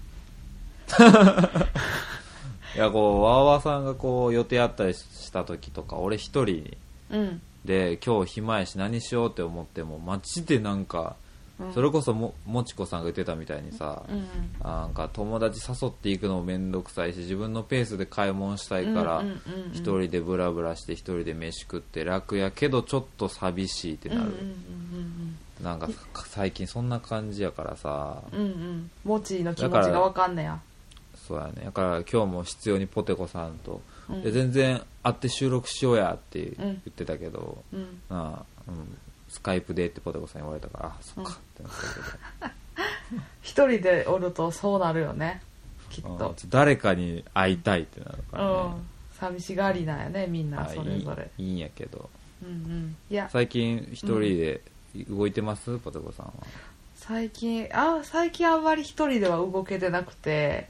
Speaker 1: いやこうわーわーさんがこう予定あったりした時とか俺一人
Speaker 2: うん、
Speaker 1: で今日暇やし何しようって思ってもマジでなんか
Speaker 2: うん、
Speaker 1: それこそももちこさんが言ってたみたいにさ、
Speaker 2: うんうん
Speaker 1: なんか友達誘っていくのも面倒くさいし自分のペースで買い物したいから
Speaker 2: うんうんうんうん
Speaker 1: 一人でブラブラして一人で飯食って楽やけどちょっと寂しいって
Speaker 2: うん
Speaker 1: な
Speaker 2: うん
Speaker 1: る、
Speaker 2: うん
Speaker 1: なんか最近そんな感じやからさ
Speaker 2: うんうんうんもちの気持
Speaker 1: だ
Speaker 2: ち
Speaker 1: から
Speaker 2: がわかんねや
Speaker 1: そうやねだから今日も必要にポテコさんと、
Speaker 2: うん
Speaker 1: で全然会って収録しようやって
Speaker 2: うん
Speaker 1: 言ってたけど、
Speaker 2: うん
Speaker 1: なあうん、スカイプでってポテコさん言われたからあそっかってなったけど
Speaker 2: 一人でおるとそうなるよねきっ
Speaker 1: うん
Speaker 2: と
Speaker 1: ちょ誰かに会いたいってなる
Speaker 2: う
Speaker 1: からね、
Speaker 2: ん寂しがりなんやねみんな
Speaker 1: あ
Speaker 2: それぞれ
Speaker 1: いいいいんやけど
Speaker 2: うんうんいや
Speaker 1: 最近一人で動いてます、ポテコさんは
Speaker 2: 最近あ最近あんまり一人では動けてなくて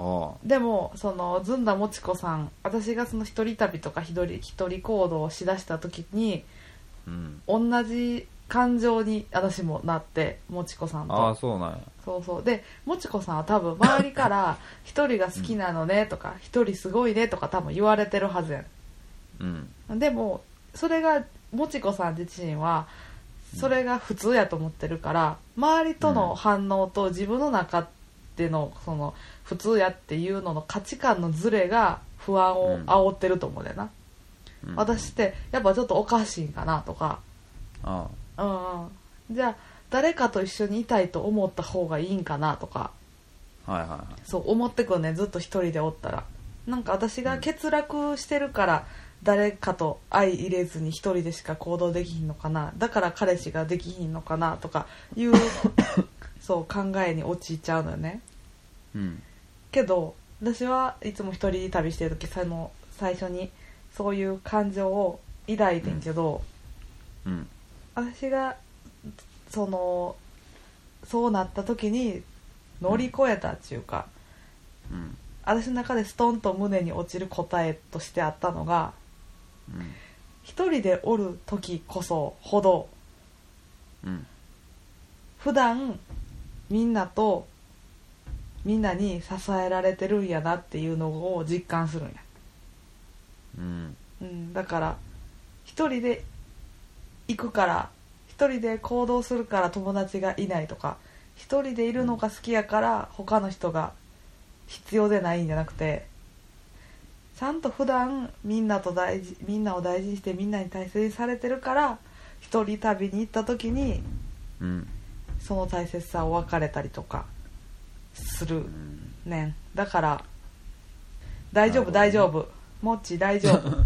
Speaker 1: あ
Speaker 2: でもそのずんだもちこさん私がその一人旅とか一人一人行動をしだした時に
Speaker 1: あうん
Speaker 2: 同じ感情に私もなってもちこさんと
Speaker 1: ああそうなんや
Speaker 2: そうそうでもちこさんは多分周りから「一人が好きなのね」とか「一人すごいね」とか多分言われてるはずや
Speaker 1: うん
Speaker 2: んでもそれがもちこさん自身はそれが普通やと思ってるから周りとの反応と自分の中でのその普通やっていうのの価値観のズレが不安を煽ってると思うんだよな、
Speaker 1: うん
Speaker 2: 私ってやっぱちょっとおかしいんかなとか
Speaker 1: あ
Speaker 2: うんうんじゃあ誰かと一緒にいたいと思った方がいいんかなとか
Speaker 1: あはいはいはい
Speaker 2: そう思ってくるねずっと一人でおったらなんか私が欠落してるから誰かと相入れずに一人でしか行動できひんのかなだから彼氏ができひんのかなとかいうそう考えに陥っちゃうのよね
Speaker 1: うん
Speaker 2: けど私はいつも一人旅してる時その最初にそういう感情を抱いてんけど、
Speaker 1: うん
Speaker 2: 私がそのそうなった時に乗り越えたっていうか、
Speaker 1: うん
Speaker 2: 私の中でストンと胸に落ちる答えとしてあったのが
Speaker 1: うん
Speaker 2: 一人でおる時こそほど
Speaker 1: うん
Speaker 2: 普段みんなとみんなに支えられてるんやなっていうのを実感するんや、
Speaker 1: うん
Speaker 2: うん、だから一人で行くから一人で行動するから友達がいないとか一人でいるのが好きやから他の人が必要でないんじゃなくてちゃんと普段みんなと大事みんなを大事にしてみんなに大切にされてるから一人旅に行った時に
Speaker 1: うん
Speaker 2: その大切さを分かれたりとかする
Speaker 1: うん
Speaker 2: ねんだから大丈夫
Speaker 1: な
Speaker 2: 大
Speaker 1: る
Speaker 2: 丈
Speaker 1: ほ
Speaker 2: 夫もっちー大丈夫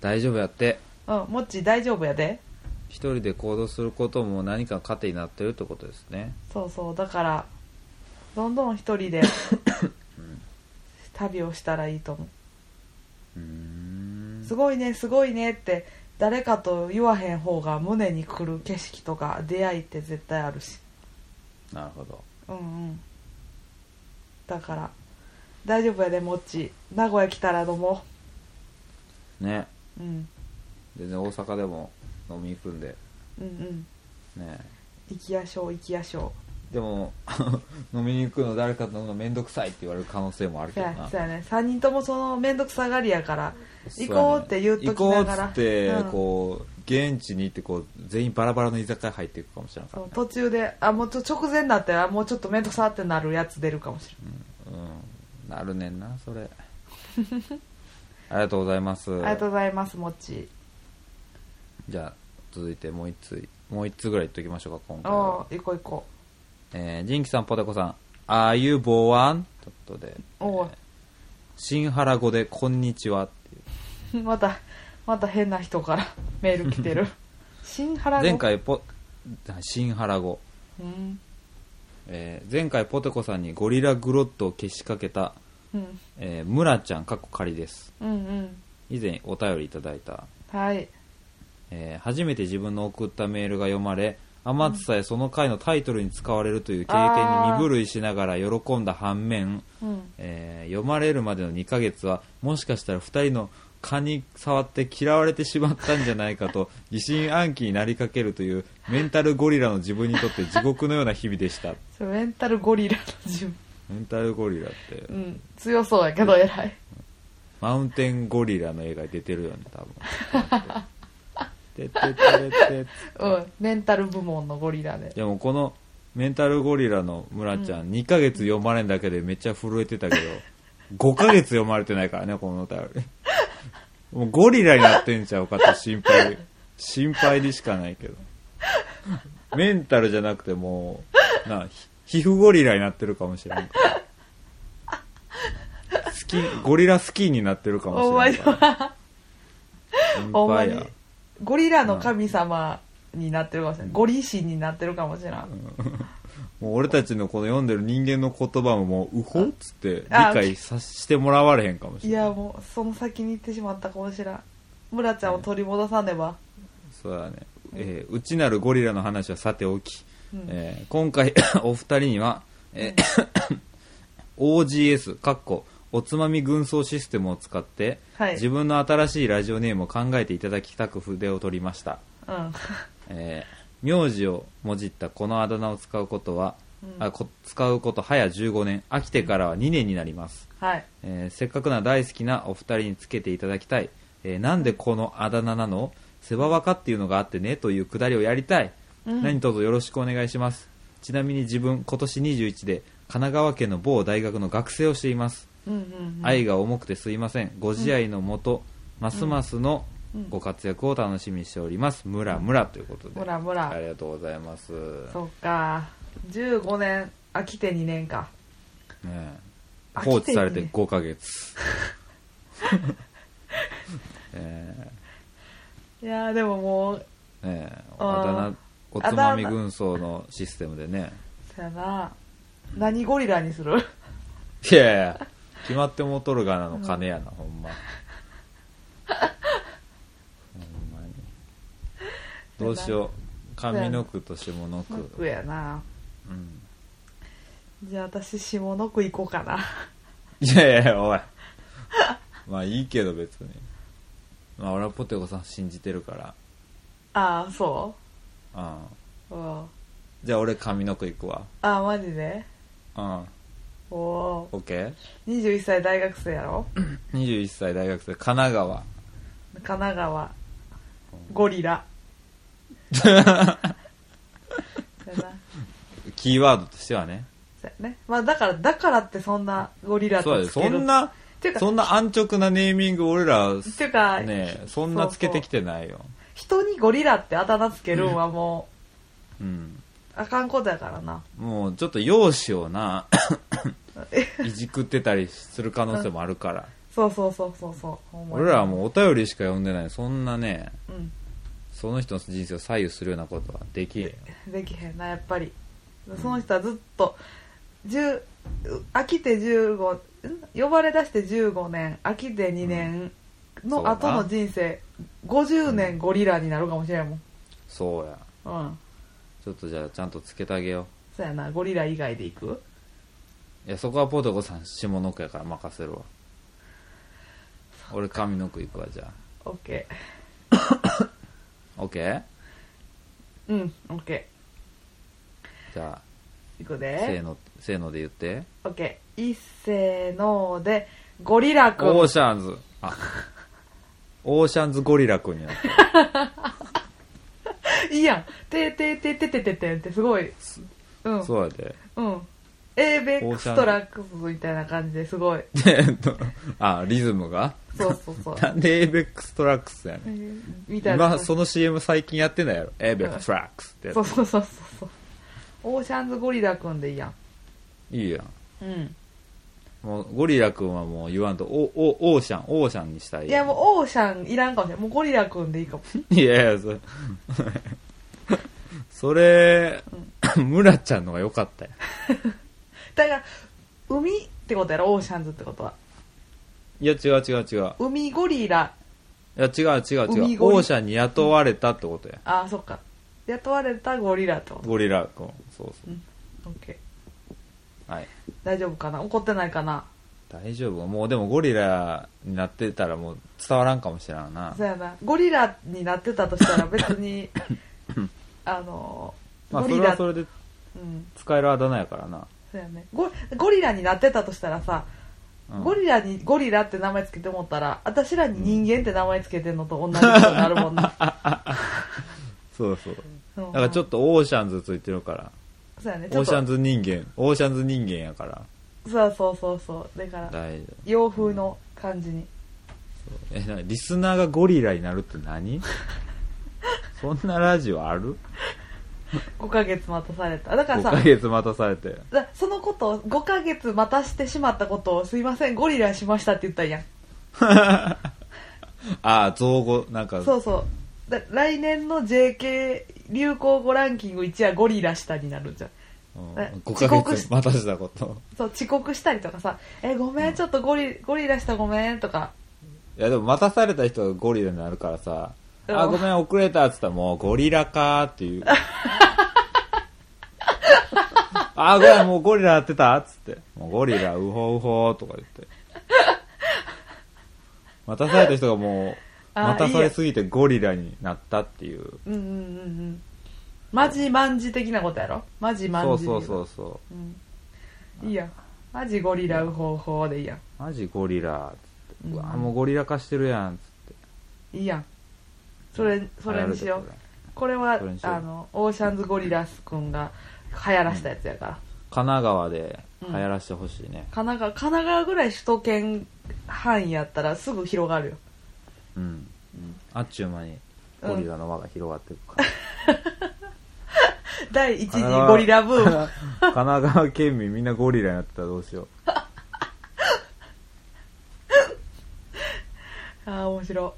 Speaker 1: 大丈夫やって
Speaker 2: うんもっちー大丈夫やで
Speaker 1: 一人で行動することも何か糧になってるってことですね
Speaker 2: そうそうだからどんどん一 人で旅をしたらいいと思
Speaker 1: うーん
Speaker 2: うすごいねすごいねって誰かと言わへん方が胸に来る景色とか出会いって絶対あるし
Speaker 1: なるほど
Speaker 2: うんうんだから大丈夫やでもっち名古屋来たら飲も
Speaker 1: ね
Speaker 2: う、うん、
Speaker 1: 全然大阪でも飲みに行くんで
Speaker 2: うんうん
Speaker 1: ね
Speaker 2: 行きやしょう行きやしょ
Speaker 1: でも 飲みに行くの誰かと飲むの面倒くさいって言われる可能性もある
Speaker 2: うそ
Speaker 1: けど
Speaker 2: や
Speaker 1: な
Speaker 2: そうやね3人ともその面倒くさがりやから
Speaker 1: そう
Speaker 2: 行
Speaker 1: やね
Speaker 2: こうって言うときなが
Speaker 1: 行こ
Speaker 2: ら
Speaker 1: うっつって、
Speaker 2: うん
Speaker 1: こう現地に行ってこう全員バラバラの居酒屋入っていくかもしれないか
Speaker 2: そ
Speaker 1: ら
Speaker 2: う
Speaker 1: ね
Speaker 2: 途中であもうちょ直前になってあもうちょっと面倒くさってなるやつ出るかもしれ
Speaker 1: うんなるねんなそ れありがとうございます
Speaker 2: ない、ん、ありがとうございますもっち
Speaker 1: じゃあ続いてもう一つもう一つぐらい言っときましょうか今
Speaker 2: お
Speaker 1: 回は、
Speaker 2: 行こう行こ
Speaker 1: えー、ジンキさんポテコさん「Are you born?」ということで
Speaker 2: うおう
Speaker 1: 新原語で「こんにちは」っていう
Speaker 2: またまた変な人から メール来てる新原語
Speaker 1: 前回ポ新原語
Speaker 2: うん
Speaker 1: えー前回ポテコさんにゴリラグロッドをけしかけた、
Speaker 2: うん
Speaker 1: えー、村ちゃんかっこ仮です
Speaker 2: うんうん
Speaker 1: 以前お便りいただいた、
Speaker 2: はい
Speaker 1: えー初めて自分の送ったメールが読まれ天津さえその回のタイトルに使われるという経験に身震いしながら喜んだ反面、
Speaker 2: うん
Speaker 1: えー読まれるまでの2ヶ月はもしかしたら2人の蚊に触って嫌われてしまったんじゃないかと疑心暗鬼になりかけるというメンタルゴリラの自分にとって地獄のような日々でした
Speaker 2: それメンタルゴリラの自分
Speaker 1: メンタルゴリラって、
Speaker 2: うん強そうやけど偉い
Speaker 1: マウンテンゴリラの映画に出てるよね多分てってってってって
Speaker 2: うんメンタル部門のゴリラで
Speaker 1: でもこのメンタルゴリラの村ちゃん、2ヶ月読まれんだけでめっちゃ震えてたけど5ヶ月読まれてないからねこのお便り もうゴリラになってんちゃうかと心配心配でしかないけどメンタルじゃなくてもうなひ皮膚ゴリラになってるかもしれんからスキンゴリラスキーになってるかも
Speaker 2: お
Speaker 1: し
Speaker 2: 前
Speaker 1: れんから
Speaker 2: は
Speaker 1: 心
Speaker 2: お前
Speaker 1: 配
Speaker 2: に
Speaker 1: や
Speaker 2: ゴリラの神様になってるかもしれないゴリ神になってるかもしれない
Speaker 1: もう俺たちのこの読んでる人間の言葉ももう、うほっつって理
Speaker 2: あ
Speaker 1: 解さしてもらわれへんかもし
Speaker 2: い
Speaker 1: れない。
Speaker 2: やもうその先に行ってしまったかもしらん村ちゃんを取り戻さねば、
Speaker 1: そうだね。えー内なるゴリラの話はさておき、
Speaker 2: うん
Speaker 1: えー今回 お二人には、えー OGS、かっこ、おつまみ軍曹システムを使って、
Speaker 2: はい
Speaker 1: 自分の新しいラジオネームを考えていただきたく筆を取りました。
Speaker 2: うん
Speaker 1: えー名字をもじったこのあだ名を使うことは、あこ使うこと早15年、飽きてからは2年になります。
Speaker 2: はい
Speaker 1: えーせっかくなら大好きなお二人につけていただきたい、えーなんでこのあだ名なの世話若っていうのがあってねというくだりをやりたい、
Speaker 2: うん
Speaker 1: 何卒よろしくお願いしますちなみに自分今年21で神奈川県の某大学の学生をしています、
Speaker 2: うんうんうん
Speaker 1: 愛が重くてすいませんご自愛のもと、ますますのご活躍を楽しみにしております、ムラムラということで
Speaker 2: ムラムラ
Speaker 1: ありがとうございます、ね
Speaker 2: そうか15年飽きて2年か
Speaker 1: え
Speaker 2: 飽きて
Speaker 1: 放置されて
Speaker 2: ね
Speaker 1: 5ヶ月、えー
Speaker 2: いやーでももう
Speaker 1: ねえ
Speaker 2: あー
Speaker 1: あだ名おつまみ軍曹のシステムでね
Speaker 2: そやな何ゴリラにする
Speaker 1: いやいや決まってもうとるがなの金やな、ほ んまほんまにどうしよう上の句と下の
Speaker 2: マ
Speaker 1: 句
Speaker 2: ックやな
Speaker 1: うん
Speaker 2: じゃあ私下の句行こうかな
Speaker 1: いやいやおいまあいいけど別にまあ俺はポテコさん信じてるから
Speaker 2: ああそ
Speaker 1: うん
Speaker 2: ううんあ
Speaker 1: じゃあ俺上の句いくわ
Speaker 2: あマジで
Speaker 1: うん
Speaker 2: おお
Speaker 1: OK21
Speaker 2: 21歳大学生やろ
Speaker 1: 歳大学生神奈川
Speaker 2: 神奈川ゴリラそやな
Speaker 1: キーワードとしてはね
Speaker 2: そうやね。まあだから、だからってそんなゴリラ
Speaker 1: そうだ
Speaker 2: と
Speaker 1: よ
Speaker 2: つけ
Speaker 1: そ
Speaker 2: る。
Speaker 1: ん。な
Speaker 2: ていうか
Speaker 1: そんな安直なネーミング俺ら
Speaker 2: ていうか、
Speaker 1: ねそんなつけてきてないよ
Speaker 2: 人にゴリラってあだ名つけるんはも
Speaker 1: うん
Speaker 2: あかんことやからな
Speaker 1: もうちょっと容姿をないじくってたりする可能性もあるから
Speaker 2: そうそうそうそうそうほんまに
Speaker 1: 俺らはもうお便りしか読んでないそんなね
Speaker 2: うん
Speaker 1: その人の人生を左右するようなことはできんよ
Speaker 2: できへんなやっぱりその人はずっと10飽きて15ん呼ばれ出して15年飽きて2年
Speaker 1: そう
Speaker 2: の
Speaker 1: だな
Speaker 2: 後の人生50年ゴリラになるかもしれんもん
Speaker 1: そうや
Speaker 2: うん
Speaker 1: ちょっとじゃあちゃんとつけてあげよ
Speaker 2: そうやなゴリラ以外でいく
Speaker 1: ういやそこはポテコさん下の句やから任せるわ俺上の句行くわじゃ
Speaker 2: OK
Speaker 1: あ OK?
Speaker 2: うん OK
Speaker 1: じゃあ
Speaker 2: いく
Speaker 1: せー
Speaker 2: で
Speaker 1: のせーので言って
Speaker 2: OK いっせーのでゴリラくん
Speaker 1: オーシャンズあオーシャンズゴリラ 君になった
Speaker 2: いいやんてててててててんってすごいうん
Speaker 1: そうやで
Speaker 2: うん。エーベッ
Speaker 1: オ
Speaker 2: ク
Speaker 1: ーシャ
Speaker 2: ス
Speaker 1: ン
Speaker 2: トラックスみたいな感じですごい。
Speaker 1: えっとあリズムが
Speaker 2: そうそうそ う。
Speaker 1: なんでエイベックストラックスやねん
Speaker 2: みたいな。
Speaker 1: 今その CM 最近やってないやろエイベックストラックスってやつ
Speaker 2: そうそうそうそうそう。オーシャンズゴリラくんでいいやん。
Speaker 1: いいやん
Speaker 2: うん。
Speaker 1: もうゴリラ君はもう言わんとおおオーシャンオーシャンにしたい
Speaker 2: いやもうオーシャンいらんかもしれん。もうゴリラくんでいいかも。
Speaker 1: う いやいや それそれ、村ちゃんのが良かったよ
Speaker 2: だから、海ってことやろ、オーシャンズってことは。
Speaker 1: いや違う違う違う
Speaker 2: 海ゴリラ。
Speaker 1: いや違う違う違
Speaker 2: 海
Speaker 1: う
Speaker 2: ゴリ
Speaker 1: オーシャンに雇われたってことや
Speaker 2: あ、そっか。雇われたゴリラってこと。。
Speaker 1: ゴリラ君そうそううん
Speaker 2: オッケー。
Speaker 1: はい
Speaker 2: 大丈夫かな怒ってないかな
Speaker 1: 大丈夫もうでもゴリラになってたらもう伝わらんかもしれんな
Speaker 2: そうやな。ゴリラになってたとしたら別 に、あの、
Speaker 1: まあ
Speaker 2: ゴ
Speaker 1: そ
Speaker 2: リ
Speaker 1: れ
Speaker 2: ラ
Speaker 1: はそれで
Speaker 2: うん
Speaker 1: 使えるあだ名やからな、
Speaker 2: そうやねゴゴリラになってたとしたらさ、
Speaker 1: うん
Speaker 2: ゴリラにゴリラって名前つけてもったら私らに人間って名前つけてんのと同じことになるもんな、
Speaker 1: そうそう
Speaker 2: うん
Speaker 1: だからちょっとオーシャンズついてるから
Speaker 2: そうやねち
Speaker 1: オ
Speaker 2: ょ
Speaker 1: ー
Speaker 2: っ
Speaker 1: シ
Speaker 2: と
Speaker 1: ャンズ人間オーシャンズ人間やから
Speaker 2: そうそうそうそうだから
Speaker 1: 大丈夫
Speaker 2: 洋風の感じに
Speaker 1: えなリスナーがゴリラになるって 何そんなラジオある
Speaker 2: 5ヶ月待たされただから
Speaker 1: ?5
Speaker 2: さ
Speaker 1: ヶ月待たされて
Speaker 2: だそのことを5ヶ月待たしてしまったことをすいませんゴリラしましたって言ったんやん
Speaker 1: ああ造語なんか
Speaker 2: そうそうだ来年の JK 流行語ランキング1はゴリラ下になるんじゃん
Speaker 1: うん
Speaker 2: え
Speaker 1: 5
Speaker 2: 遅
Speaker 1: ヶ
Speaker 2: 刻
Speaker 1: 月
Speaker 2: し
Speaker 1: 待たしたこと
Speaker 2: そう遅刻したりとかさ「えごめんちょっとゴリゴリラしたごめん」とか
Speaker 1: いやでも待たされた人がゴリラになるからさ「
Speaker 2: うん
Speaker 1: あごめん遅れた」っつったらもう「ゴリラか」っていう 「あごめんもうゴリラやってた」っつって「もうゴリラウホウホ」とか言って待たされた人がもう
Speaker 2: あ
Speaker 1: 待たされすぎてゴリラになったっていう
Speaker 2: うんうんうんうんマジマンジ的なことやろマジマン
Speaker 1: そう
Speaker 2: ジ
Speaker 1: そうそう
Speaker 2: そ、
Speaker 1: そう
Speaker 2: うん、いいやんマジゴリラウホウホウでいいやん
Speaker 1: うマジゴリラっつって「
Speaker 2: うん
Speaker 1: うわもうゴリラ化してるやん」っつって
Speaker 2: いいやんそれそれにしよ
Speaker 1: 流行る
Speaker 2: う
Speaker 1: とこ
Speaker 2: これは
Speaker 1: それにしよう
Speaker 2: あのオーシャンズゴリラスくんが流行らしたやつやから
Speaker 1: 神奈川で流行らせてほしいね
Speaker 2: 神奈川神奈川ぐらい首都圏範囲やったらすぐ広がるよ
Speaker 1: うん、あっちゅう間にゴリラの輪が広がっていくから、
Speaker 2: 第一次
Speaker 1: 神奈川
Speaker 2: ゴリラブーム
Speaker 1: 神奈川県民みんなゴリラになってたらどうしよう
Speaker 2: ああ面白い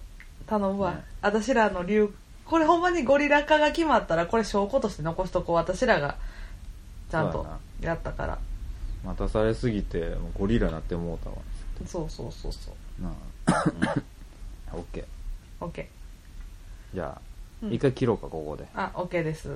Speaker 2: 頼むわ、私らの流これほんまにゴリラ化が決まったらこれ証拠として残しとこう私らがちゃん
Speaker 1: そう
Speaker 2: と
Speaker 1: や
Speaker 2: やったから
Speaker 1: 待たされすぎてもうゴリラになってもうたわ
Speaker 2: そうそうそうそう
Speaker 1: な あオッケー
Speaker 2: OK
Speaker 1: じゃあ、
Speaker 2: うん
Speaker 1: 一回切ろうかここで
Speaker 2: あ OK です